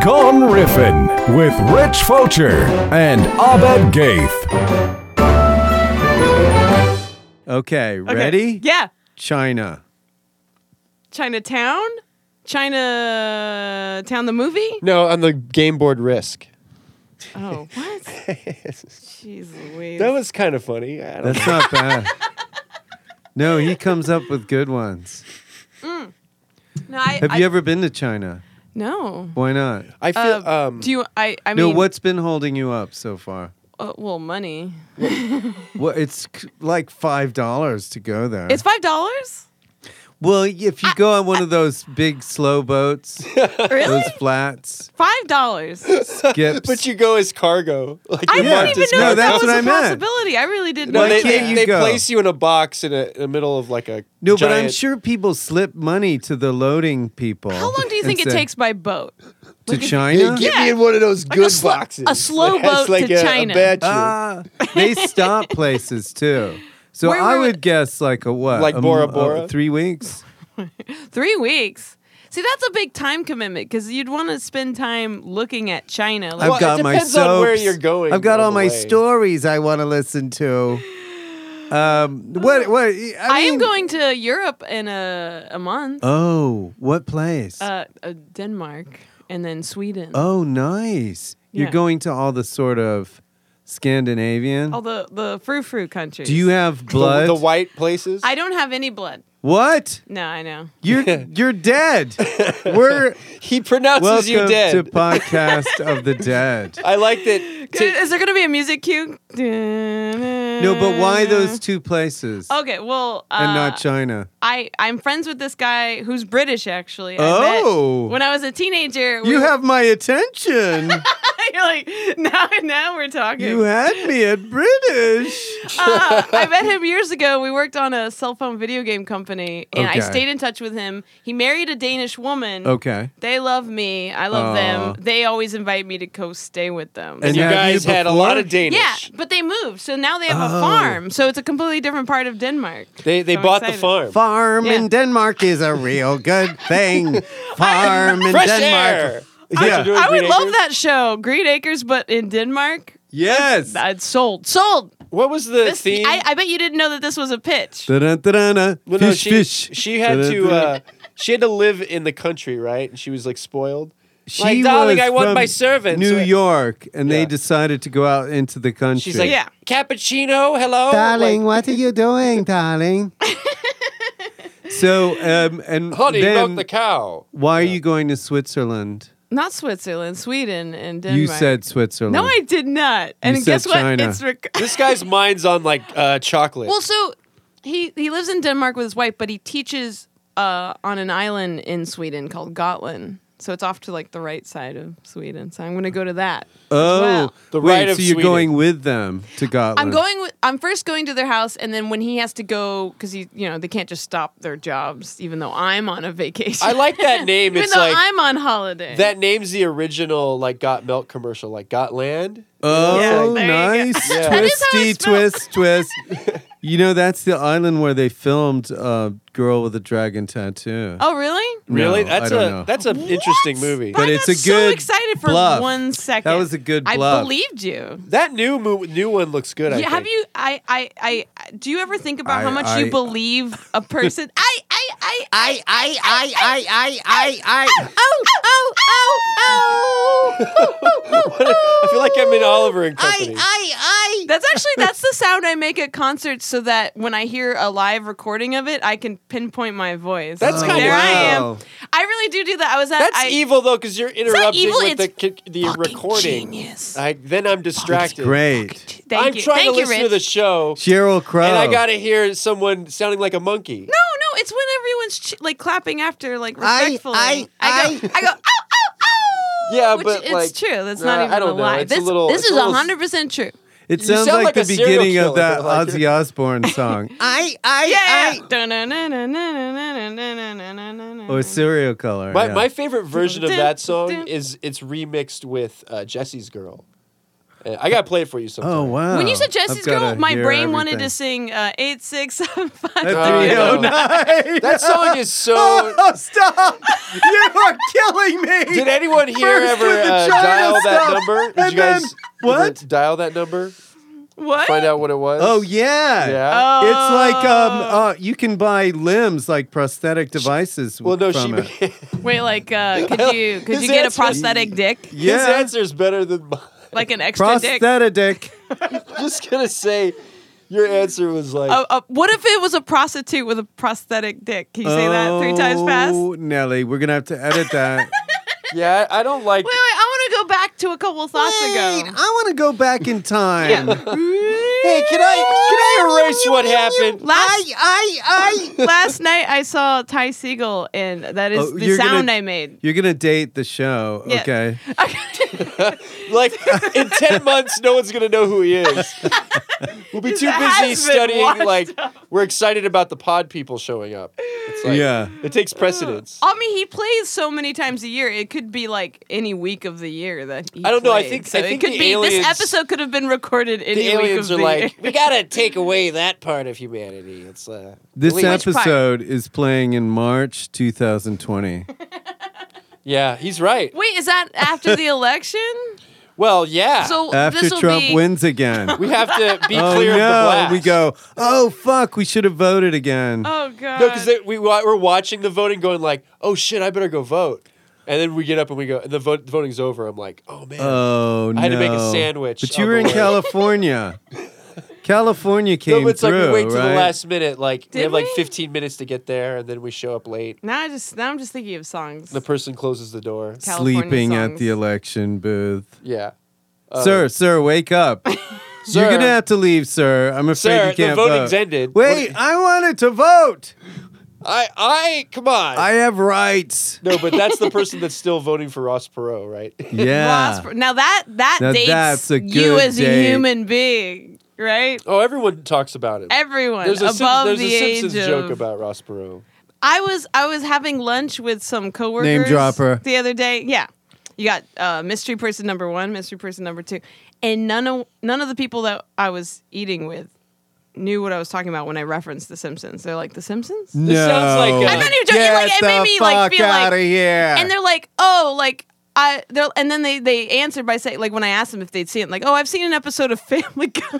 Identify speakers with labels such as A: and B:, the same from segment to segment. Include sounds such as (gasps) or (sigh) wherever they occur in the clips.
A: Gone Riffin with Rich Fulcher and Abed Gaith.
B: Okay.
C: Okay, ready?
B: Yeah.
C: China.
B: Chinatown? Chinatown the movie?
D: No, on the game board risk.
C: (laughs)
B: Oh, what? Jeez Louise.
D: That was kind of funny. I don't
C: That's not bad. No, he comes up with good ones.
B: no, I,
C: Have
B: I-
C: you ever been to China?
B: No.
C: Why not?
D: I feel
B: Uh,
D: um
B: do you? I. I
C: no,
B: mean.
C: what's been holding you up so far?
B: uh, well, money.
C: Well, it's c- like five dollars to go there.
B: It's five dollars.
C: well, if you go on one of those big slow boats, (laughs)
B: Really? (laughs)
C: those flats,
B: Five dollars.
C: skips.
D: but you go as cargo. Like
B: I
D: you
C: Yeah.
B: didn't even
C: just-
B: know
C: No,
B: that,
C: that's
B: was
C: what
B: a
C: I meant.
B: possibility. I really didn't.
D: No,
C: Why
B: know
D: they,
B: that.
C: can't
D: they,
C: you
D: they
C: go?
D: place you in a box in, a, in the middle of like a
C: no, but I'm
D: giant-
C: sure people slip money to the loading people.
B: How long do you
C: and
B: think it
C: say,
B: takes by boat?
C: to
B: Like,
D: Hey,
C: China?
D: get
B: Yeah.
D: me in one of those
B: Like a
D: good
B: slo-
D: boxes.
B: a slow
D: that has,
B: boat
D: like
B: to
D: a,
B: China.
D: A badge in it.
C: Ah, they stop places too. So
B: Where-
C: I
B: where-
C: would guess like a what?
D: Like
C: a m-
D: Bora
C: a
D: Bora?
C: three weeks.
B: Three weeks. See, that's a big time commitment because you'd want to spend time looking at China. Like,
C: I've
D: Well, it
C: got my
D: depends on where
C: soaps.
D: you're going
C: I've got
D: all
C: all
D: the
C: my
D: way.
C: stories I want to listen to. Um, what? What? I,
B: I am
C: mean-
B: going to Europe in a a month.
C: Oh, what place?
B: uh, uh, Denmark and then Sweden.
C: oh, nice. You're
B: yeah.
C: going to all the sort of Scandinavian.
B: All the the frou frou countries.
C: Do you have
D: The-
C: blood?
D: The, white places.
B: I don't have any blood.
C: what?
B: No, I know.
C: You're
D: (laughs)
C: you're dead. We're
D: he pronounces
C: welcome
D: you dead.
C: to podcast of the dead.
D: (laughs) I like
B: (laughs)
D: that.
B: Is
D: to-
B: there gonna be a music cue?
C: No,
B: No,
C: but
D: Uh,
C: why those two places
B: (laughs)
D: oh,
B: Okay, well, uh,
C: and not China?
B: I I'm friends with this guy who's British actually. I
C: Oh.
B: met when I was a teenager. we
C: You
B: were-
C: have my
D: (laughs)
C: attention.
B: You're (laughs) like now now we're talking.
C: you had me at British.
B: uh, I met him years ago. We worked on a cell phone video game company, and
C: Okay.
B: I stayed in touch with him. He married a Danish woman.
C: Okay.
B: They love me. I love
C: Aw.
B: them. They always invite me to co stay with them.
C: Oh. And
D: you
C: have you
D: guys had a lot of
C: before?
D: Danish.
B: yeah, but they moved. So now they have
C: Oh.
B: a farm. So it's a completely different part of Denmark.
D: They they
B: So
D: bought
B: excited.
D: the farm.
C: Farm
B: Yeah.
C: in Denmark is a real
D: (laughs)
C: good thing. Farm in
D: Fresh
C: Denmark.
D: air.
C: Yeah.
D: doing,
B: I would
D: Green
B: love
D: Acres?
B: that show, Green Acres, but in Denmark.
C: Yes.
B: I'd sold. Sold.
D: What was the
B: This,
D: theme?
B: I, I bet you didn't know that this was a pitch.
C: Da-da-da-da-da.
D: Well, no,
C: fish,
D: she,
C: fish.
D: She had to.
C: Da-da-da-da.
D: Uh, she had to live in the country, right? And she was like spoiled.
C: she
D: like, darling,
C: was
D: I want
C: from
D: my servants.
C: New
D: So-
C: York, and they
D: Yeah.
C: decided to go out into the country.
D: She's like,
B: Yeah.
D: cappuccino, hello,
C: darling,
D: Like,
C: what are you doing,
D: (laughs)
C: darling? so, um, and
D: honey,
C: then
D: milk the cow.
C: why are you going to Switzerland?
B: Not Switzerland, Sweden, and Denmark.
C: You said Switzerland.
B: No, I did not. And
C: said
B: guess what?
C: China.
B: It's rec- (laughs)
D: This guy's (laughs) mind's on like uh, chocolate.
B: Well, so he he lives in Denmark with his wife, but he teaches uh, on an island in Sweden called Gotland. So it's off to like the right side of Sweden. So I'm going to go to that.
C: Oh,
B: well.
D: The
C: wait.
D: right of
C: so you're
D: Sweden.
C: going with them to Gotland?
B: I'm going. With, I'm first going to their house, and then when he has to go, because he, you know, they can't just stop their jobs, even though I'm on a vacation.
D: I
B: (laughs)
D: like that name.
B: even
D: it's
B: though
D: like
B: I'm on holiday.
D: that name's the original like Got Milk commercial, like Got Land.
C: Oh,
B: Yeah, there you go.
C: nice.
D: Yeah. That
B: is how
C: Twisty
B: it's spelled.
C: twist, twist. you know, that's the island where they filmed uh, Girl with a Dragon Tattoo.
B: oh, really?
D: Really?
C: No,
D: that's
C: I don't
D: a
C: know.
D: that's an interesting movie.
C: But
B: I
C: it's
B: got
C: a good
B: so excited for
C: bluff.
B: one second.
C: was a good
B: I
C: bluff.
B: believed you.
D: that new mo- new one looks good. I
B: Yeah, have
D: think.
B: you? I, I, I. Do you ever think about
C: I-
B: how much
C: I-
B: you believe
D: (laughs)
B: a person? I, I, I, I,
C: I, I, I, I, I, I.
B: oh, oh, oh, oh.
D: (laughs) I feel like I'm in Oliver and Company.
C: I,
B: That's actually that's the sound I make at concerts, so that when I hear a live recording of it, I can pinpoint my voice.
D: That's
B: like,
D: kinda
B: there I
C: wow.
B: am. I really do do that. I was at
D: That's
B: I,
D: evil though, because you're
B: not
D: interrupting
B: evil,
D: with the
B: it's
D: ki- the
B: fucking
D: recording.
B: genius.
D: I, then I'm distracted.
C: Great.
B: Thank
D: I'm
B: you.
D: trying
B: Thank
D: to
B: you,
D: listen
B: Rich.
D: to the show,
C: Cheryl Crow.
D: and I gotta hear someone sounding like a monkey.
B: No, no, it's when everyone's ch- like clapping after, like
C: I-
B: respectfully.
C: I-
B: go, I go, oh, oh, oh.
D: Yeah,
B: Which
D: but,
B: it's
D: like,
B: true. That's
D: nah,
B: not even
D: I don't
B: a
D: know.
B: lie.
D: It's a
B: this
D: little-
B: this
D: it's a
B: is
D: little-
B: hundred percent true.
C: It
D: You
C: sounds
D: sound
C: like,
D: like
C: the
D: a serial
C: beginning of
D: killer,
C: that
D: like
C: Ozzy
D: you're- (laughs)
C: Osbourne
B: (laughs)
C: song. I, I,
B: Yeah.
C: Or Oh, serial killer.
D: My,
C: yeah.
D: my favorite version of
B: Dun,
D: that song
B: dun.
D: is it's remixed with uh, Jesse's Girl. Uh, I got to play it for you sometime.
C: Oh wow!
B: When you said Jesse's Girl, my brain wanted to
C: say
B: sing uh, 8675.
D: Oh,
C: three
D: no.
C: oh nine.
D: That song is so.
C: (laughs) Oh,
D: (laughs)
C: stop! You are killing me.
D: Did anyone here
C: First
D: ever
C: with the
D: uh,
C: China
D: dial that
C: stuff,
D: number? Did
C: and
D: you guys
C: then-
D: ever
C: what?
D: dial that number?
B: What?
D: Find out what it was.
C: Oh yeah.
D: Yeah.
B: Oh.
C: It's like um, uh, you can buy limbs like prosthetic devices.
D: well, no, (laughs) she.
C: from it.
D: His
B: Wait, like, uh, could you could
D: His
B: you get a
D: answer is-
B: prosthetic dick,
C: yeah,
D: answer's better than mine. (laughs)
B: like an extra dick?
C: prosthetic dick.
D: Just gonna say, your answer was like.
B: Uh, uh, what if it was a prostitute with a prosthetic dick? Can you say that three times fast? Wait,
C: Oh, Nelly, we're gonna have to edit that.
D: yeah, I I don't
B: (laughs)
D: like.
B: wait, I want to go back to a couple thoughts
C: I
B: ago.
C: want to go back in time.
D: Hey, can I can I erase what happened?
B: Last
C: I, I.
B: last night I saw Ty Siegel, and that is
C: Oh,
B: the
C: you're gonna-
B: sound I made.
C: (laughs) You're gonna date the show,
B: Yeah.
C: okay?
D: Like in ten months, no one's gonna know who he is. We'll be
B: His
D: too
B: ass
D: busy
B: been
D: studying.
B: washed
D: Like we're excited about the pod people showing up. It's like,
C: yeah.
D: it takes precedence.
B: I mean, he plays so many times a year. It could be like any week of the year that he
D: I don't know, I
B: played.
D: think-
B: so
D: I think
B: it could
D: the
B: be.
D: aliens-
B: this episode could have been recorded any
D: the aliens
B: week
D: are
B: of the year. (laughs)
D: like, we gotta take away that part of humanity. It's uh,
C: This
D: delete-
B: Which part?
C: episode is playing in March 2020.
D: Yeah, he's right.
B: Wait, is that after the election?
D: Well, yeah.
B: So
C: After
B: this will
C: Trump
B: be
C: wins again.
D: we have to be
C: oh
D: (laughs) clear of the
C: no,
D: blast.
C: we go, oh fuck, we should have voted again.
B: Oh god.
D: No, because we wa- we're watching the voting, going like, "Oh shit, I better go vote." And then we get up and we go, and the vote the voting's over. I'm like, "Oh man."
C: Oh,
D: I had to make a
C: no.
D: sandwich
C: But you
D: on
C: were
D: the
C: in
D: way. (laughs)
C: California. California
D: no,
C: came
D: but it's
C: through,
D: like we wait till
C: right?
D: the last minute. Like we
B: Did
D: have like
B: we?
D: 15 minutes to get there, and then we show up late.
B: now I just now I'm just thinking of songs.
D: The person closes the door.
B: California
C: Sleeping at
B: songs.
C: the election booth.
D: Yeah. Uh,
C: sir, sir, wake up.
D: (laughs)
C: You're
D: Sir.
C: gonna have to leave, sir. I'm afraid
D: Sir,
C: you
D: the
C: can't
D: voting's
C: vote.
D: ended.
C: Wait,
D: What-
C: I wanted to vote.
D: I, I, come on.
C: I
B: (laughs)
C: have rights.
D: no, but that's the person that's still voting for Ross Perot, right?
C: Yeah.
B: Lost for- now that that
C: Now
B: dates
C: that's a
B: you
C: good
B: as a
C: date.
B: human being, right?
D: Oh, everyone talks about it.
B: Everyone
D: there's a,
B: above
D: Sim- there's
B: the
D: a Simpsons
B: age
D: joke
B: of.
D: about Ross Perot.
B: I was I was having lunch with some coworkers
C: dropper.
B: the other day. Yeah, you got uh, mystery person number one, mystery person number two, and none of none of the people that I was eating with knew what I was talking about when I referenced The Simpsons. They're like The Simpsons,
C: no.
D: sounds like uh, a- I'm
B: not even joking, like,
C: Get
B: it made
C: the
B: me, like,
C: fuck
B: feel like-
C: outta here.
B: and they're like, oh, like. I, they're, and then they, they answered by saying like when I asked them if they'd seen it like oh I've seen an episode of (laughs) Family Guy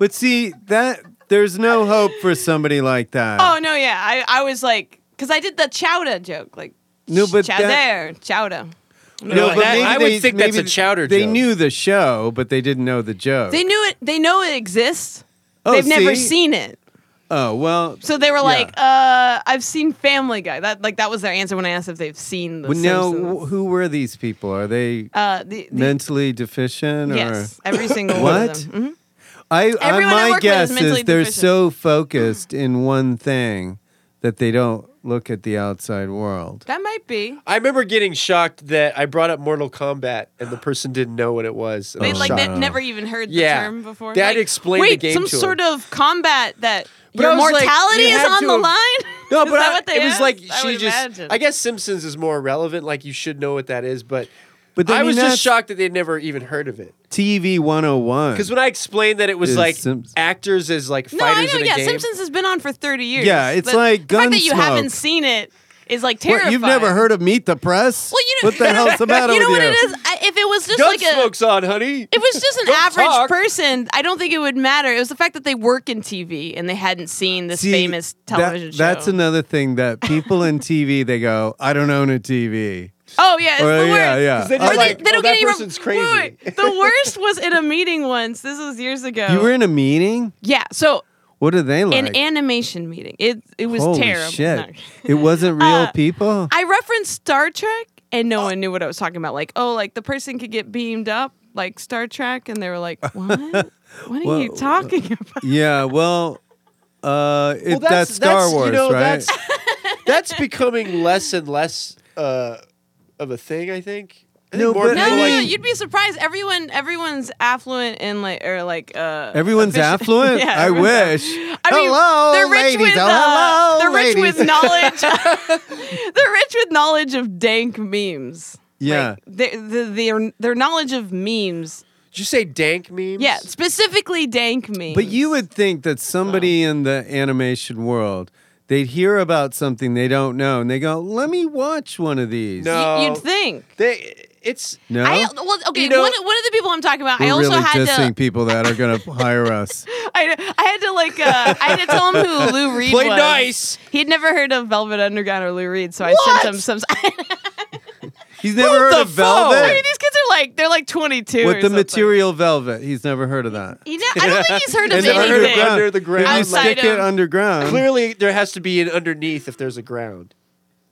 C: But see that there's no hope for somebody like that.
B: Oh no, yeah. I, I was like, because I did the chowder joke, like
C: No, but
B: chowder,
C: that-
B: chowder.
D: No, that- I would think that's
C: maybe
D: a chowder
C: They
D: joke.
C: knew the show, but they didn't know the joke.
B: They knew it. They know it exists.
C: Oh,
B: They've never
C: see?
B: seen it,
C: oh well.
B: so they were like, uh, "I've seen Family Guy." That like that was their answer when I asked if they've seen the
C: Well, now,
B: Simpsons.
C: wh- who were these people? Are they
B: uh, the, the-
C: mentally deficient? Or
B: yes, every single one
C: What?
B: of them. Mhm.
C: I, I
B: Everyone I work
C: my
B: with is
C: guess is
B: mentally
C: they're
B: deficient.
C: so focused in one thing that they don't look at the outside world.
B: That might be.
D: I remember getting shocked that I brought up Mortal Kombat and the person didn't know what it was. and I
B: They
D: was
B: like
D: shocked.
B: they've never even heard the
D: Yeah.
B: term before.
D: They had
B: like,
D: to explain the
B: wait,
D: game
B: some
D: to 'em.
B: sort of combat that
D: But I
B: your
D: was like,
B: mortality
D: you
B: is
D: had
B: on
D: to
B: the
D: have-
B: line.
D: No,
B: Is
D: but
B: that
D: I-
B: what they
D: it was
B: asked?
D: like
B: I
D: she
B: would
D: just.
B: imagine.
D: I guess Simpsons is more relevant. Like you should know what that is, but
C: But then
D: I
C: you
D: was
C: know,
D: just
C: it's
D: shocked that they'd never even heard of it.
C: TV 101.
D: Because when I explained that it was
C: Is
D: like
C: Simps-
D: actors as like
B: No, I
D: fighters
B: know.
D: in a
B: Yeah,
D: game.
B: Simpsons has been on for thirty years.
C: Yeah, it's
B: The-
C: like
B: the fact that you
C: Gunsmoke.
B: haven't seen it is like
C: What,
B: terrifying.
C: you've never heard of Meet the Press?
B: Well, you know, (laughs)
C: what the hell's the matter
B: you know
C: with
B: what
C: you?
B: it is. I, if it was just like a,
D: Gunsmoke's on, honey.
B: it was just an
D: Don't
B: average
D: talk.
B: person. I don't think it would matter. It was the fact that they work in TV and they hadn't seen this
C: See,
B: famous
C: that-
B: television show.
C: That's another thing that people in TV they go, I don't own a TV.
B: Oh yeah, it's
C: Or,
B: the worst.
C: yeah, yeah. Uh,
D: 'Cause then
B: Or
D: you're
B: they,
D: like,
B: they
D: "Oh,
B: don't
D: that
B: get any rep-
D: person's crazy."
B: Wait, wait.
D: (laughs)
B: The worst was in a meeting once. This was years ago.
C: You were in a meeting.
B: yeah. So
C: What are they like?
B: an animation meeting. It it was
C: Holy
B: terrible.
C: shit!
B: No.
C: It wasn't real
B: Uh,
C: people.
B: I referenced Star Trek and
C: Oh.
B: no one knew what I was talking about. Like, oh, like the person could get beamed up like Star Trek, and they were
C: (laughs)
B: like, what? What are you
C: Whoa.
B: talking
C: uh,
B: about?
C: yeah, well, uh, it,
D: Well,
C: that's, Star Wars,
D: you know,
C: right?
B: (laughs)
D: That's, that's becoming less and less uh, of a thing. I think. I think
C: No,
D: more
C: but-
B: No,
D: people
B: no,
D: like-
B: no, you'd be surprised. Everyone, everyone's affluent and like, or like, uh,
C: Everyone's
B: efficient.
C: affluent.
B: (laughs) Yeah,
C: I
B: everyone's
C: wish.
B: I mean,
C: hello,
B: they're rich
C: ladies.
B: with
C: Oh,
B: uh,
C: hello,
B: they're rich
C: ladies.
B: with knowledge. (laughs)
C: (laughs)
B: they're rich with knowledge of dank memes.
C: yeah,
B: Like, they- the- their their knowledge of memes
D: Did you say dank memes?
B: Yeah, specifically dank memes.
C: But you would think that somebody in the animation world, they'd hear about something they don't know and they go, let me watch one of these.
D: No.
B: Y- you'd think.
D: They, it's
C: No?
B: I well, okay.
D: You know-
B: one, one of the people I'm talking about,
C: We're
B: I also
C: really
B: had
C: dissing
B: to,
C: people that
B: (laughs)
C: are going to hire us.
B: I, I had to like, uh, I had to tell him who
D: (laughs)
B: Lou Reed
D: play
B: was.
D: nice.
B: He'd never heard of Velvet Underground or Lou Reed, so I sent him some. (laughs) I
C: He's never heard
D: the
C: of Velvet.
D: fuck?
B: mean, these kids are like, they're like 22. or
C: With the
B: something.
C: material velvet, he's never heard of that.
B: He ne- I don't think he's heard of
D: He's never
B: anything.
D: heard of Ground- Under the
C: If you
D: ground,
B: like-
C: stick it
B: Outside of-
C: underground,
D: Clearly, there has to be an underneath if there's a ground.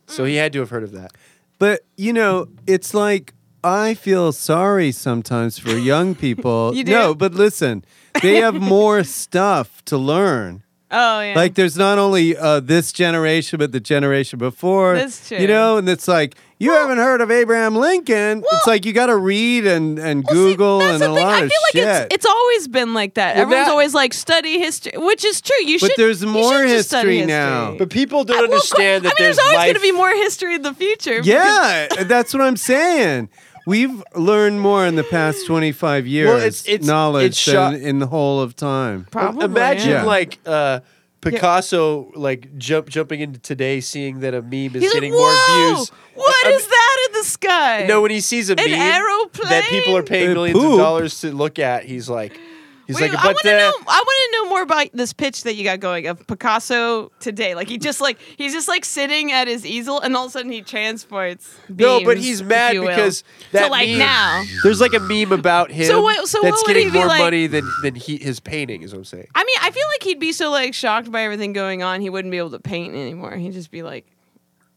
D: So he had to have heard of that.
C: But you know, it's like I feel sorry sometimes for young people.
B: (laughs) You do?
C: No, but listen, they
B: (laughs)
C: have more stuff to learn.
B: Oh yeah.
C: Like there's not only uh, this generation, but the generation before.
B: That's true.
C: You know, and it's like you haven't heard of Abraham Lincoln. it's like you got to read and and
B: Well, see,
C: Google
B: that's
C: and
B: the
C: a
B: thing.
C: lot
B: I feel
C: of
B: like
C: shit.
B: It's, it's always been like that.
D: Well,
B: Everyone's
D: that-
B: always like study history, which is true. You
C: But
B: should.
C: there's
B: you
C: more
B: should just study
C: history now.
B: history.
D: But people don't
B: I- well, of
D: understand
B: course-
D: that
B: I mean, there's, always
D: life.
B: going to be more history in the future.
C: yeah, that's what I'm saying. We've learned more in the past 25 years
D: it's- it's-
C: knowledge
D: it's sho-
C: than in the whole of time.
B: Probably.
D: Imagine
C: yeah.
D: like uh, Picasso like jump jumping into today, seeing that a meme is
B: He's like,
D: getting
B: whoa,
D: more views.
B: what
D: Um,
B: is that in the sky?
D: No, when he sees a meme that
B: aeroplane?
D: people are paying
C: Uh,
D: millions
C: poop.
D: of dollars to look at, he's like, he's
B: Wait,
D: like,
B: I
D: but uh,
B: want to
D: the,
B: know. I want to know more about this pitch that you got going of Picasso today. Like he just like he's just like sitting at his easel, and all of a sudden he transports.
D: No, but
B: beams,
D: he's
B: if
D: mad
B: you will.
D: because
B: so
D: that
B: like
D: meme-
B: now.
D: There's like a meme about him
B: So what- so
D: that's
B: what would
D: getting
B: he be
D: more
B: like-
D: money than than he his painting is what I'm saying.
B: I mean, I feel like he'd be so like shocked by everything going on, he wouldn't be able to paint anymore. He'd just be like,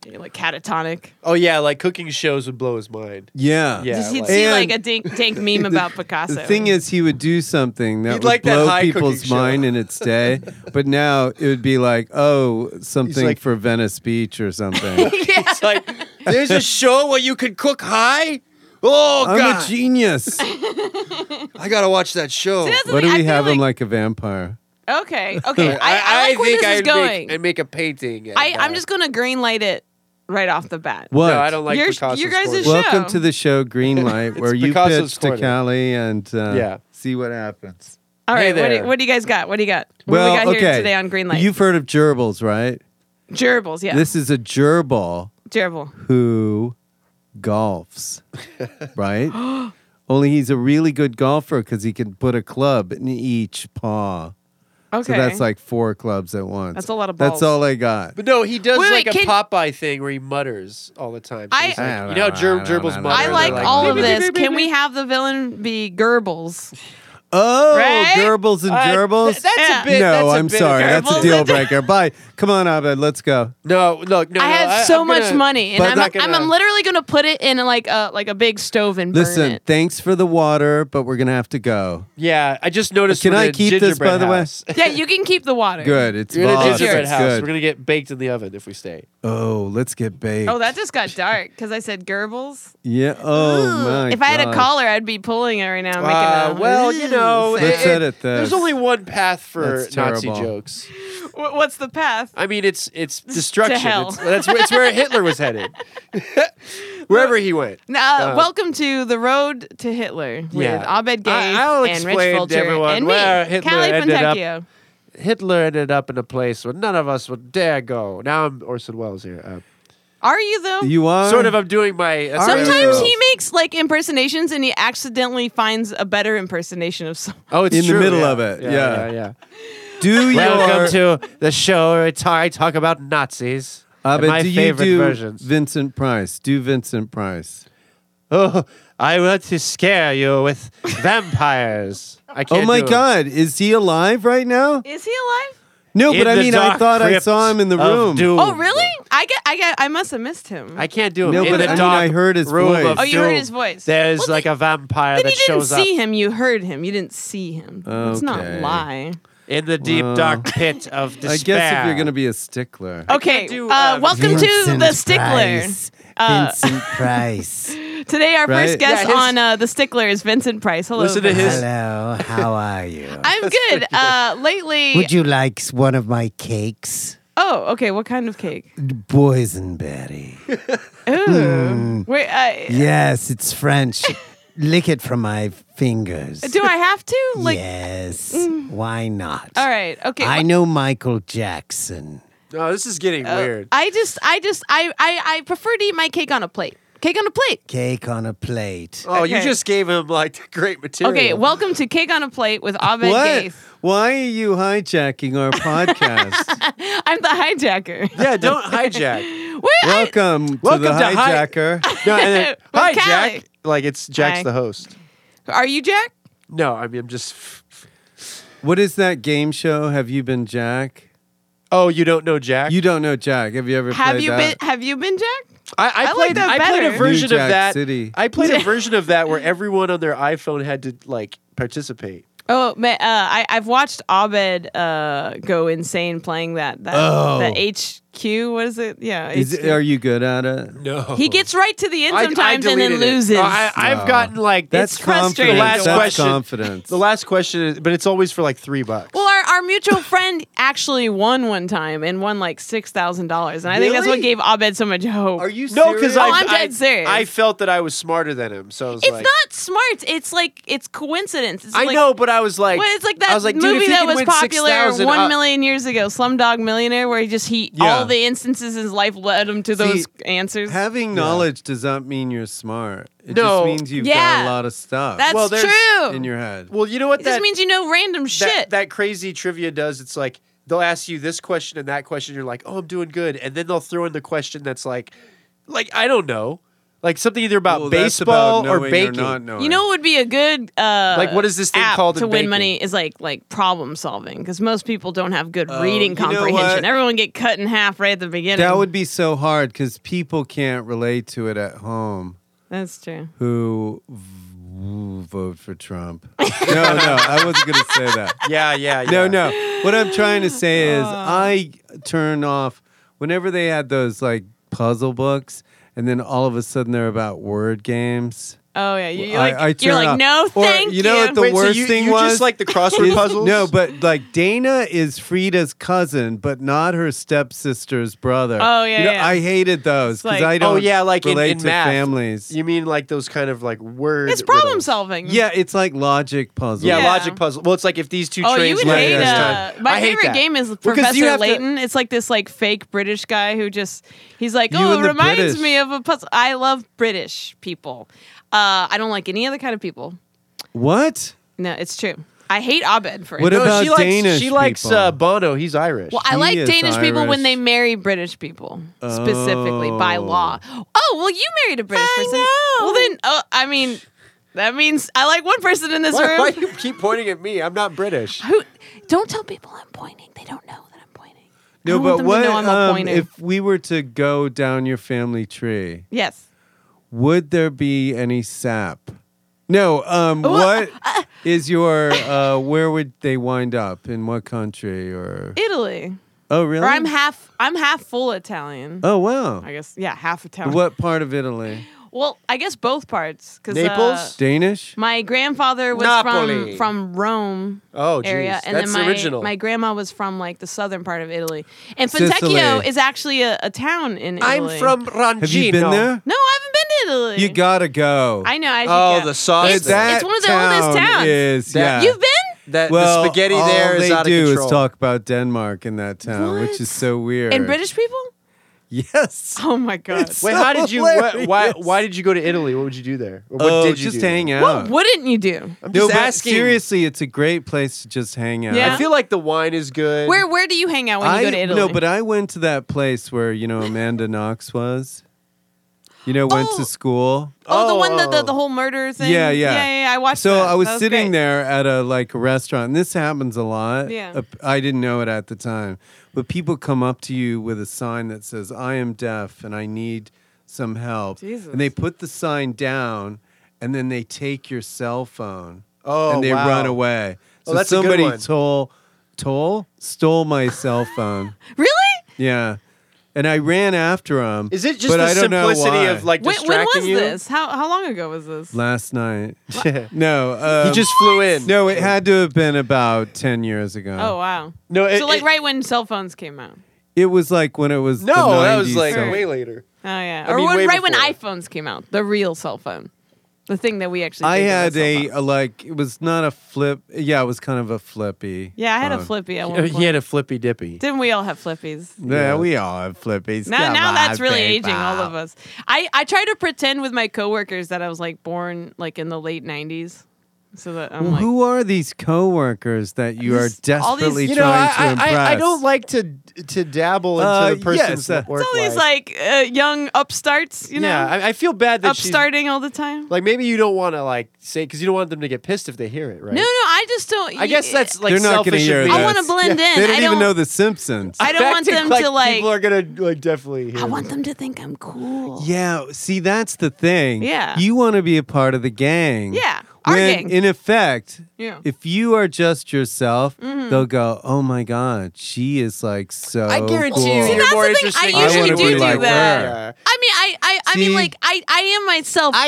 B: you know, like catatonic.
D: Oh yeah, like cooking shows would blow his mind.
C: Yeah.
D: Yeah,
B: Just he'd
D: like-
B: see like
C: And-
B: a dink,
C: (laughs)
B: dank meme about Picasso.
C: The thing is, he would do something that
D: He'd
C: would
D: like that
C: blow
D: high
C: people's
D: cooking show.
C: mind in its day, but now it would be like,
D: (laughs)
C: oh, something
D: like-
C: for Venice Beach or something.
B: (laughs) yeah. (laughs)
D: It's like there's a show where you could cook high. Oh
C: I'm a
B: (laughs)
D: god,
C: genius.
D: I gotta watch that show.
B: See, that's the
C: what do
B: thing, I
C: we
B: feel
C: have him
B: like?
C: like a vampire?
B: Okay, okay.
C: (laughs)
B: I, I, like where
D: think
B: this is
D: I'd
B: going.
D: Make, I'd make a painting.
B: I, I'm just gonna green light it right off the bat.
C: What?
D: No, I don't like
B: Your-
D: Picasso's
B: your guys'
D: corner.
B: shit-
C: Welcome
B: show.
C: to the
B: (laughs)
C: show Green Light, where you
D: Picasso's
C: pitch to
D: Corner.
C: Cali and uh,
D: Yeah.
C: see what happens.
B: All
D: Hey
B: right, what, do,
D: there.
B: what do you guys got? What do you got? What do we got here today on Greenlight?
C: You've heard of gerbils, right?
B: gerbils, yeah.
C: This is a gerbil
B: gerbil.
C: who
B: (laughs)
C: golfs, right?
B: (gasps)
C: Only he's a really good golfer because he can put a club in each paw.
B: Okay.
C: So that's like four clubs at once.
B: That's a lot of balls.
C: That's all I got.
D: But no, he does
B: Wait,
D: like
B: wait,
D: a
B: can-
D: Popeye thing where he mutters all the time. So
B: I-
D: he's like, you know how ger- gerbils mutter.
B: I
D: They're
B: like
C: (laughs)
B: all of
D: "Beep, beep,
B: this. Can we have the villain be Gerbils?
C: Oh,
B: Right?
C: gerbils and
D: Uh, th-
C: (laughs) gerbils.
D: that's a
B: Yeah.
D: bit-
C: No,
D: that's a
C: I'm
D: bit
C: sorry.
D: of-
C: That's a
B: Gerbils
C: deal
B: and-
C: breaker. Bye. Come on, Abed. Let's go.
D: No, no, no.
B: I
D: no,
B: have
D: I,
B: so
D: I'm
B: much
D: gonna-
B: money, and
D: but
B: I'm,
D: not gonna-
B: I'm literally gonna put it in like a like a big stove and burn
C: Listen,
B: it.
C: thanks for the water, but we're gonna have to go.
D: Yeah, I just noticed.
C: Can
D: we're
C: I
D: in a
C: keep this, by
D: gingerbread
C: the way?
D: house.
B: Yeah, you can keep the water.
C: Good. It's
D: You're in a
C: Voss.
D: gingerbread
C: It's
D: house.
C: good.
D: We're gonna get baked in the oven if we stay.
C: Oh, let's get baked.
B: Oh, that just got dark because I said Gerbils.
C: Yeah. Oh
B: Ooh.
C: my.
B: If I had a
C: God.
B: collar, I'd be pulling it right now.
D: Uh,
B: Making a,
D: well, you know,
C: Let's
D: it-
C: edit this.
D: there's only one path for
C: That's
D: Nazi
C: terrible.
D: jokes.
B: Wh- what's the path?
D: I mean, it's
B: (laughs)
D: it's destruction.
B: hell.
D: It's, that's where, it's where Hitler
B: (laughs)
D: was headed. Wherever he went.
B: Now, welcome to the road to Hitler with
D: Uh, Yeah.
B: Abed Gay
D: I-
B: and
D: I'll
B: Rich
D: explain to
B: Fulcher
D: everyone
B: and
D: where
B: me,
D: Hitler
B: Callie
D: ended up.
B: Fontecchio.
D: Hitler ended up in a place where none of us would dare go. Now I'm Orson Welles here. Uh, um,
B: Are you though?
C: You are
D: sort of. I'm doing my. uh,
C: Sometimes
D: Sorry,
B: Sometimes
D: Will.
B: he makes like impersonations and he accidentally finds a better impersonation of someone.
D: Oh, it's
C: In the
D: true,
C: middle
D: yeah.
C: of it, yeah.
D: yeah, yeah.
C: do your
D: to the show where I talk about Nazis.
C: Abed, Uh, do you do Vincent Price? Do Vincent Price?
D: Oh, I want to scare you with vampires. I can't
C: oh my
D: do it.
C: God, is he alive right now?
B: Is he alive?
C: No,
D: In
C: but I
D: the
C: mean, I
D: dark
C: thought I
D: crypt
C: saw him in
D: of
C: the room.
D: doom.
B: Oh, really? I get, I get, I must have missed him.
D: I can't do it.
C: No,
D: in
C: but
D: the
C: I mean,
D: dark
C: I heard his
D: room
C: voice.
D: of
B: Oh, you heard
D: doom,
B: his voice.
D: There's
B: Well,
D: like a vampire
B: then
D: that
B: you didn't
D: shows
B: see
D: up
B: him. You heard him. You didn't see him. Let's not
C: Okay.
B: lie.
D: in the deep
C: Well,
D: dark pit of despair.
C: I guess if you're gonna be a stickler,
B: Okay.
D: can't do,
B: uh,
D: uh,
B: welcome to the Stickler. Uh,
C: Vincent Price.
B: Today, our
C: Right?
B: first guest
D: Yeah, his-
B: on uh, the Stickler is Vincent Price. Hello.
D: Listen to
B: Vincent.
D: his-
E: Hello, how are
B: (laughs)
E: you?
B: I'm good. Uh, lately.
E: Would you like s- one of my cakes?
B: oh, okay. What kind of
C: (laughs)
B: cake? (laughs)
E: Boysenberry.
B: Ooh.
C: Mm.
B: Wait. I, (laughs)
E: Yes, it's French. Lick it from my fingers.
B: Do I have to? Like, mm.
E: yes. Why not?
B: all right, okay.
E: I
B: wh-
E: know Michael Jackson.
D: No, Oh, this is getting
B: uh,
D: weird.
B: I just, I just, I, I, I prefer to eat my cake on a plate. Cake on a plate.
E: Cake on a plate.
D: Oh, you
B: okay.
D: just gave him like (laughs) great material.
B: Okay, welcome to Cake on a Plate with Abed
C: What?
B: Gaith.
C: Why are you hijacking
B: (laughs)
C: our podcast?
B: I'm the hijacker.
D: Yeah, don't hijack.
B: (laughs) Wait, I-
C: Welcome to
D: Welcome
C: the
D: to hi-
B: (laughs)
C: hijacker.
D: No, and then,
B: With
D: hi,
B: Callie.
D: Jack. Like it's Jack's
B: Hi.
D: the host.
B: are you Jack?
D: No, I mean I'm just.
C: what is that game show? Have you been Jack?
D: Oh, you don't know Jack?
C: You don't know Jack. Have you ever
B: Have
C: played
B: you
C: that?
B: been? Have you been Jack?
D: I, I,
B: like
D: played.
B: that
D: I played
B: better.
D: a
B: New
D: version of
C: Jack
D: that.
C: City.
D: I
B: (laughs)
D: played a version of that where everyone on their iPhone had to like participate.
B: Oh, ma- uh, I, I've watched Abed uh, go insane playing that. That
C: Oh.
B: the HQ. What is it? Yeah.
C: Is
B: HQ.
C: it, are you Oh. good at it?
D: No,
B: he gets right to the end sometimes and then loses.
D: I, I've gotten like
C: That's
B: It's frustrating.
D: Last
C: confidence. That's
D: question.
C: confidence.
D: the last question, is, but it's always for like three bucks.
B: well, our, our mutual (laughs) friend actually won one time and won like six thousand dollars, and I think that's what
C: Really?
B: gave Abed so much hope.
C: are you
D: no, because
C: serious?
D: I,
B: Oh, I'm dead
D: I-
B: serious.
D: I felt that I was smarter than him, so I was
B: It's
D: like,
B: not smart. It's like it's coincidence. It's
D: I
B: like,
D: know, but I was like,
B: Well, it's like
D: I
B: that
D: was like, dude, if
B: movie
D: he
B: that
D: can
B: was
D: win
B: popular
D: 6,000,
B: one
D: uh,
B: million years ago, Slumdog Millionaire, where he just he
D: Yeah.
B: all the instances in his life led him to those answers.
C: (laughs) Having knowledge does not mean you're smart. It
D: No.
C: just means you've got
B: Yeah.
C: a lot of stuff
B: That's
D: well, there's-
B: true.
C: in your head.
D: Well, you know what
B: it
D: that
B: just means you know random
D: that,
B: shit.
D: that crazy trivia does. It's like they'll ask you this question and that question. You're like, oh, I'm doing good, and then they'll throw in the question that's like, like I don't know, like something either about
C: Well, that's
D: baseball
C: about
D: or
C: knowing
D: baking.
C: not knowing.
B: you know what would be a good uh,
D: Like, what is this thing
B: app
D: called
B: to
D: in
B: win
D: baking?
B: money is like like problem solving because most people don't have good
C: Oh,
B: reading
C: you know what?
B: comprehension. Everyone get cut in half right at the beginning.
C: that would be so hard because people can't relate to it at home.
B: that's true.
C: Who v- vote
B: (laughs)
C: for Trump? no, no, I wasn't going to say that.
D: (laughs) Yeah, yeah, yeah.
C: No, no. What I'm trying to say
B: Uh.
C: is, I turn off whenever they had those like puzzle books, and then all of a sudden they're about word games.
B: Oh yeah, you- you're
C: I-
B: like
C: I
B: you're
C: turn
B: like
C: off.
B: no
C: Or,
B: thank
C: you know what the
D: Wait, so
C: worst
D: you,
C: thing
D: you
C: was-
D: just like the crossword
C: Is-
D: puzzles.
C: No, but like Dana is Frida's cousin, but not her stepsister's brother.
B: Oh, yeah,
C: You know,
B: yeah.
C: I hated those because
B: like-
C: I
D: oh
C: don't.
D: yeah, like in,
C: relate
D: in
C: to
D: math,
C: families.
D: You mean like those kind of like words?
B: it's problem solving.
C: yeah, it's like logic puzzles.
D: Yeah,
B: Yeah.
D: logic puzzle. Well, it's like if these two
B: Oh, you
D: trains
B: would
D: met
B: hate.
D: this
B: Uh,
D: time.
B: my
D: I hate
B: favorite
D: that.
B: game is
D: Because you
B: Professor
D: have to-
B: Layton. It's like this like fake British guy who just he's like,
C: You
B: oh,
C: and
B: it
C: the
B: reminds
C: British."
B: me of a puzzle. I love British people. Uh, I don't like any other kind of people.
C: What?
B: No, it's true. I hate Abed for
C: What
B: it.
D: No,
C: about
D: she likes
C: Danish
D: she likes
C: people?
D: uh, Bono. He's Irish.
B: Well, I
C: He
B: like
C: is
B: Danish people when
C: Irish.
B: they marry British people specifically by law. Oh, well, you married a British person. Well, then, oh, I mean, that means I like one person in this
D: why,
B: room.
D: why do you keep pointing at me? I'm not British.
B: Who? Don't tell people I'm pointing. They don't know that I'm pointing. I
C: No,
B: don't
C: but
B: want them
C: what
B: to know I'm a
C: um,
B: pointer.
C: if we were to go down your family tree?
B: Yes.
C: Would there be any sap? No. Um, what is your? Uh, where would they wind up? In what country? Or
B: Italy.
C: oh, really?
B: Or I'm half I'm half full Italian.
C: oh, wow.
B: I guess yeah, half Italian.
C: What part of Italy?
B: Well, I guess both parts cuz
D: Naples?
C: Danish?
B: my grandfather was
D: Napoli.
B: from from Rome
D: Oh, geez.
B: area and
D: That's
B: then my
D: original.
B: my grandma was from like the southern part of Italy. And
C: Sicily.
B: Fontecchio is actually a, a town in Italy.
D: Rangino.
C: Have you been there?
B: No, I haven't been to Italy.
C: You gotta go.
B: I know I should
D: Oh,
B: go.
D: the sauce.
B: It's,
D: there.
B: it's one of the oldest
C: town
B: towns.
C: Is,
D: That-
C: yeah.
B: You've been?
D: That
C: well,
D: the spaghetti
C: all
D: there is
C: they
D: out of
C: do
D: control.
C: is talk about Denmark in that town, which
B: What?
C: is so weird.
B: And British people?
C: Yes.
B: Oh my god.
C: It's-
D: Wait, how did you? Why, why?
C: Hilarious.
D: Why did you go to Italy? What would you do there? Or What
C: oh,
D: did you
C: just
D: do there?
C: hang out.
B: what wouldn't you do?
D: I'm
C: no,
D: just
C: but
D: asking.
C: seriously, it's a great place to just hang out.
B: Yeah.
D: I feel like the wine is good.
B: Where where do you hang out when you
C: I
B: go to Italy?
C: no, but I went to that place where you know Amanda Knox was. You know, went
B: Oh.
C: to school.
B: Oh, the
D: Oh,
B: one that the,
D: oh.
B: the whole murder thing.
C: Yeah, yeah.
B: yeah. yeah, I watched.
C: So
B: that.
C: I was,
B: That
C: sitting
B: great.
C: there at a like a restaurant, and this happens a lot.
B: Yeah.
C: Uh, I didn't know it at the time, but people come up to you with a sign that says, "I am deaf and I need some help,"
B: Jesus.
C: and they put the sign down, and then they take your cell phone.
D: Oh,
C: and they
D: wow.
C: run away.
D: Oh,
C: So
D: that's a good
C: somebody
D: one.
C: told, told, stole my cell phone.
B: Really?
C: Yeah. And I ran after him.
D: is it just
C: but
D: the
C: I don't know
D: simplicity
C: why.
D: of like
B: When, when
D: distracting
B: was
D: you?
C: (laughs)
B: this? How how long ago was this?
C: last night?
D: Yeah.
C: No,
D: he
C: um,
D: just flew in.
C: no. It had to have been about ten years ago.
B: oh wow.
D: no, it,
B: so like
D: it-
B: right when cell phones came out.
C: it was like when it was the
D: No, that was
C: 90s,
D: like
C: so-
D: way later.
B: Oh yeah.
D: I
B: or
D: mean,
B: when,
D: way
B: right when
D: before.
B: iPhones came out, the real cell phone. The thing that we actually.
C: I
B: figured
C: had
B: out so
C: a,
B: far.
C: a, like it was not a flip. Yeah, it was kind of a flippy. Um,
B: Yeah, I had a
C: phone.
B: flippy
D: (laughs)
B: at one point.
D: uh, he had a flippy dippy.
B: Didn't we all have flippies?
C: Yeah, we all have flippies.
B: Now,
C: Come
B: now
C: on,
B: that's really
C: people.
B: aging all of us. I, I try to pretend with my coworkers that I was like born like in the late '90s, so that I'm
C: Well,
B: like
C: who are these coworkers that you are
B: This- all these-
C: desperately
B: You
D: You know, I,
C: trying to
D: I,
C: impress?
D: I, I don't like to to dabble into
C: Uh,
D: the person's
C: yes, uh,
D: work
B: it's all these
D: life.
B: like uh, young upstarts, you know,
D: yeah, I, I feel bad that she's-
B: upstarting all the time.
D: Like maybe you don't want to like say because you don't want them to get pissed if they hear it, right?
B: no, no, I just don't.
D: I guess that's like
C: They're not gonna
D: selfish.
C: hear
D: of me.
C: this.
B: I want to blend in.
C: They didn't
B: I don't
C: even know the Simpsons.
B: I don't want
D: Fact check,
B: them
D: like,
B: to like.
D: People are gonna like definitely. Hear
B: I want
D: this.
B: them to think I'm cool.
C: yeah, see, that's the thing.
B: Yeah.
C: you want to be a part of the gang.
B: Yeah, our
C: when,
B: gang.
C: In effect,
B: Yeah.
C: if you are just yourself,
B: Mm-hmm.
C: they'll go, "Oh my god, she is like so."
D: I guarantee you,
C: Oh, cool."
B: See,
D: you're
B: that's
D: more
B: the thing, I
D: interesting.
C: usually I wanna do be do like that. her.
D: Yeah.
B: I mean, I, I, I
C: See?
B: mean, like, I, I am myself. I, I, I,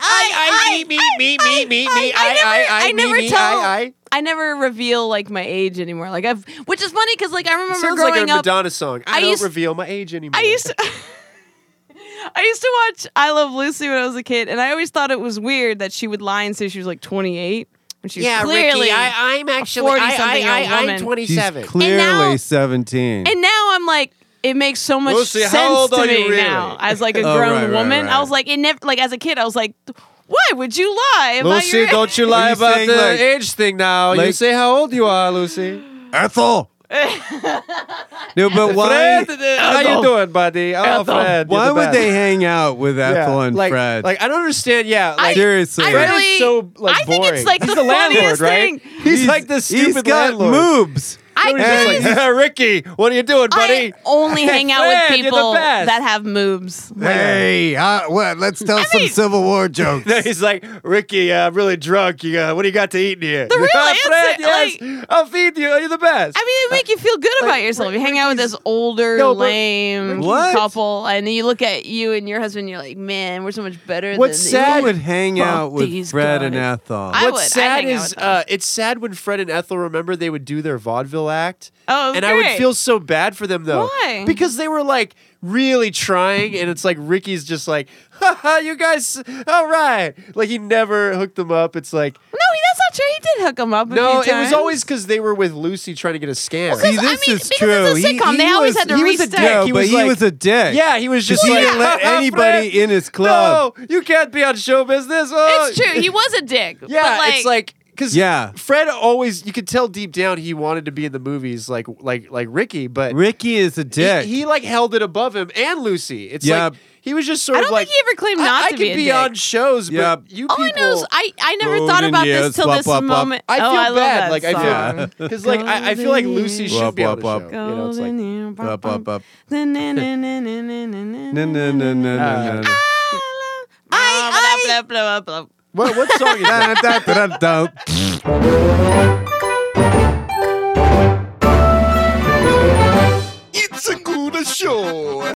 D: I, I, me, me, me, me, me, me, I, I,
B: I,
D: I,
B: I never
D: me, me,
B: tell.
D: I,
B: I never reveal like my age anymore. Like I've, which is funny because like I
D: I.
B: remember
D: Sounds
B: growing
D: like a
B: up.
D: Madonna song. I,
B: I
D: don't
B: used-
D: reveal my age anymore.
B: I used to. (laughs) I used to watch I Love Lucy when I was a kid, and I always thought it was weird that she would lie and say she was like 28 when she was clearly.
D: I'm actually.
B: 40-something -year-old woman.
D: 27.
C: She's clearly
B: now-
C: seventeen.
B: And now I'm like, it makes so much
D: Lucy, how
B: sense
D: old
B: to
D: are
B: me
D: you really?
B: now as
D: (laughs)
B: like a
C: Oh,
B: grown
C: right, right,
B: woman.
C: right.
B: I was like, it never like as a kid, I was like, why would you lie about
D: Lucy,
B: your age?
D: don't you
C: Are
D: lie
C: you
D: about
C: saying,
D: the
C: like-
D: age thing now. you
C: like-
D: say how old you are, Lucy.
B: (laughs)
C: Ethel. no, but why?
D: Fred, uh, how you doing, buddy? Oh, Fred. you're
C: Why
D: the
C: would
D: best.
C: they hang out with
D: Yeah,
C: Ethel and
D: like,
C: Fred?
D: Like, I don't understand. Yeah, like,
C: Seriously.
B: I
D: Fred is
B: really,
D: so, like,
B: I think
D: boring.
B: it's like
D: He's
B: the,
D: the landlord,
B: funniest
D: right?
B: thing.
D: He's like the
C: He's
D: stupid
C: got
D: landlord.
C: moves.
B: I
D: He's just like,
B: really-
D: "Yeah, Ricky, what are you doing, buddy?
B: I
D: (laughs)
B: only
D: Hey,
B: hang out with
D: Fred, you're the
B: people
D: best.
B: that have moobs.
C: Hey, uh, what? Let's tell some
B: mean-
C: Civil
D: (laughs)
C: War jokes.
D: No, he's like, Ricky, uh, I'm really drunk. You, uh, what do you got to eat in here? The (laughs)
B: real
D: Fred,
B: answer,
D: yes, I'll feed you. You're the best.
B: I mean, they make you feel good about yourself. You hang out with this older,
D: No, but-
B: lame
C: What?
B: couple, and then you look at you and your husband. You're like, man, we're so much better.
D: What's
B: than
D: sad-
C: I would hang
B: Fuck
C: out with
B: these
C: Fred and
B: guys.
C: Ethel.
B: I-
D: What's
B: would.
D: sad
B: hang out
D: is
B: with them.
D: uh, it's sad when Fred and Ethel remember they would do their vaudeville act.
B: Oh, it was
D: and I would
B: great.
D: feel so bad for them though.
B: Why?
D: Because they were like really trying, and it's like Ricky's just like, haha, you guys, all right. Like he never hooked them up. It's like,
B: No, he- that's not true. He did hook him up. a
D: no,
B: few
D: it was
B: times.
D: always because they were with Lucy trying to get a scam.
C: See,
B: I
C: this
B: mean,
C: is
B: because
C: true.
B: it's a sitcom, they always had to
C: he was a
B: reset.
C: dick.
D: No,
C: but
D: but
C: he
D: like-
C: was a dick.
D: yeah, he was just
C: he
D: like, (laughs)
C: didn't let
D: "Haha,
C: anybody
D: Fred,
C: in his club.
D: No, you can't be on show business. Oh.
B: It's true. He was a dick.
D: Yeah,
B: but like,
D: it's like because
C: Yeah.
D: Fred always you could tell deep down he wanted to be in the movies like like like Ricky, but
C: Ricky is a dick.
D: he, he like held it above him and Lucy. It's
C: Yeah.
D: like he was just sort
B: I
D: of
B: don't
D: like
B: think he ever claimed
D: I-
B: not
D: I
B: to
D: could
B: be a dick.
D: on shows, but
C: Yeah.
D: you
B: all
D: people.
B: I know is I, I never
C: Golden
B: thought about
C: years,
B: this till
C: bop,
B: this
C: bop, bop.
B: moment.
D: I feel
B: oh, I love
D: bad. (laughs)
B: that
D: like I
B: song.
D: feel because like I, I feel like Lucy
B: Golden
D: should be on a
C: years.
D: show.
C: Wop,
D: You know, it's like
B: Golden year, bop,
C: Up,
B: bop,
C: up, up.
D: (laughs)
C: No, no, no, no,
B: I
C: no, no.
B: I blah, blah, blah, blah.
D: what, what song is that?
C: Da, da, da, da, da.
A: It's a good show.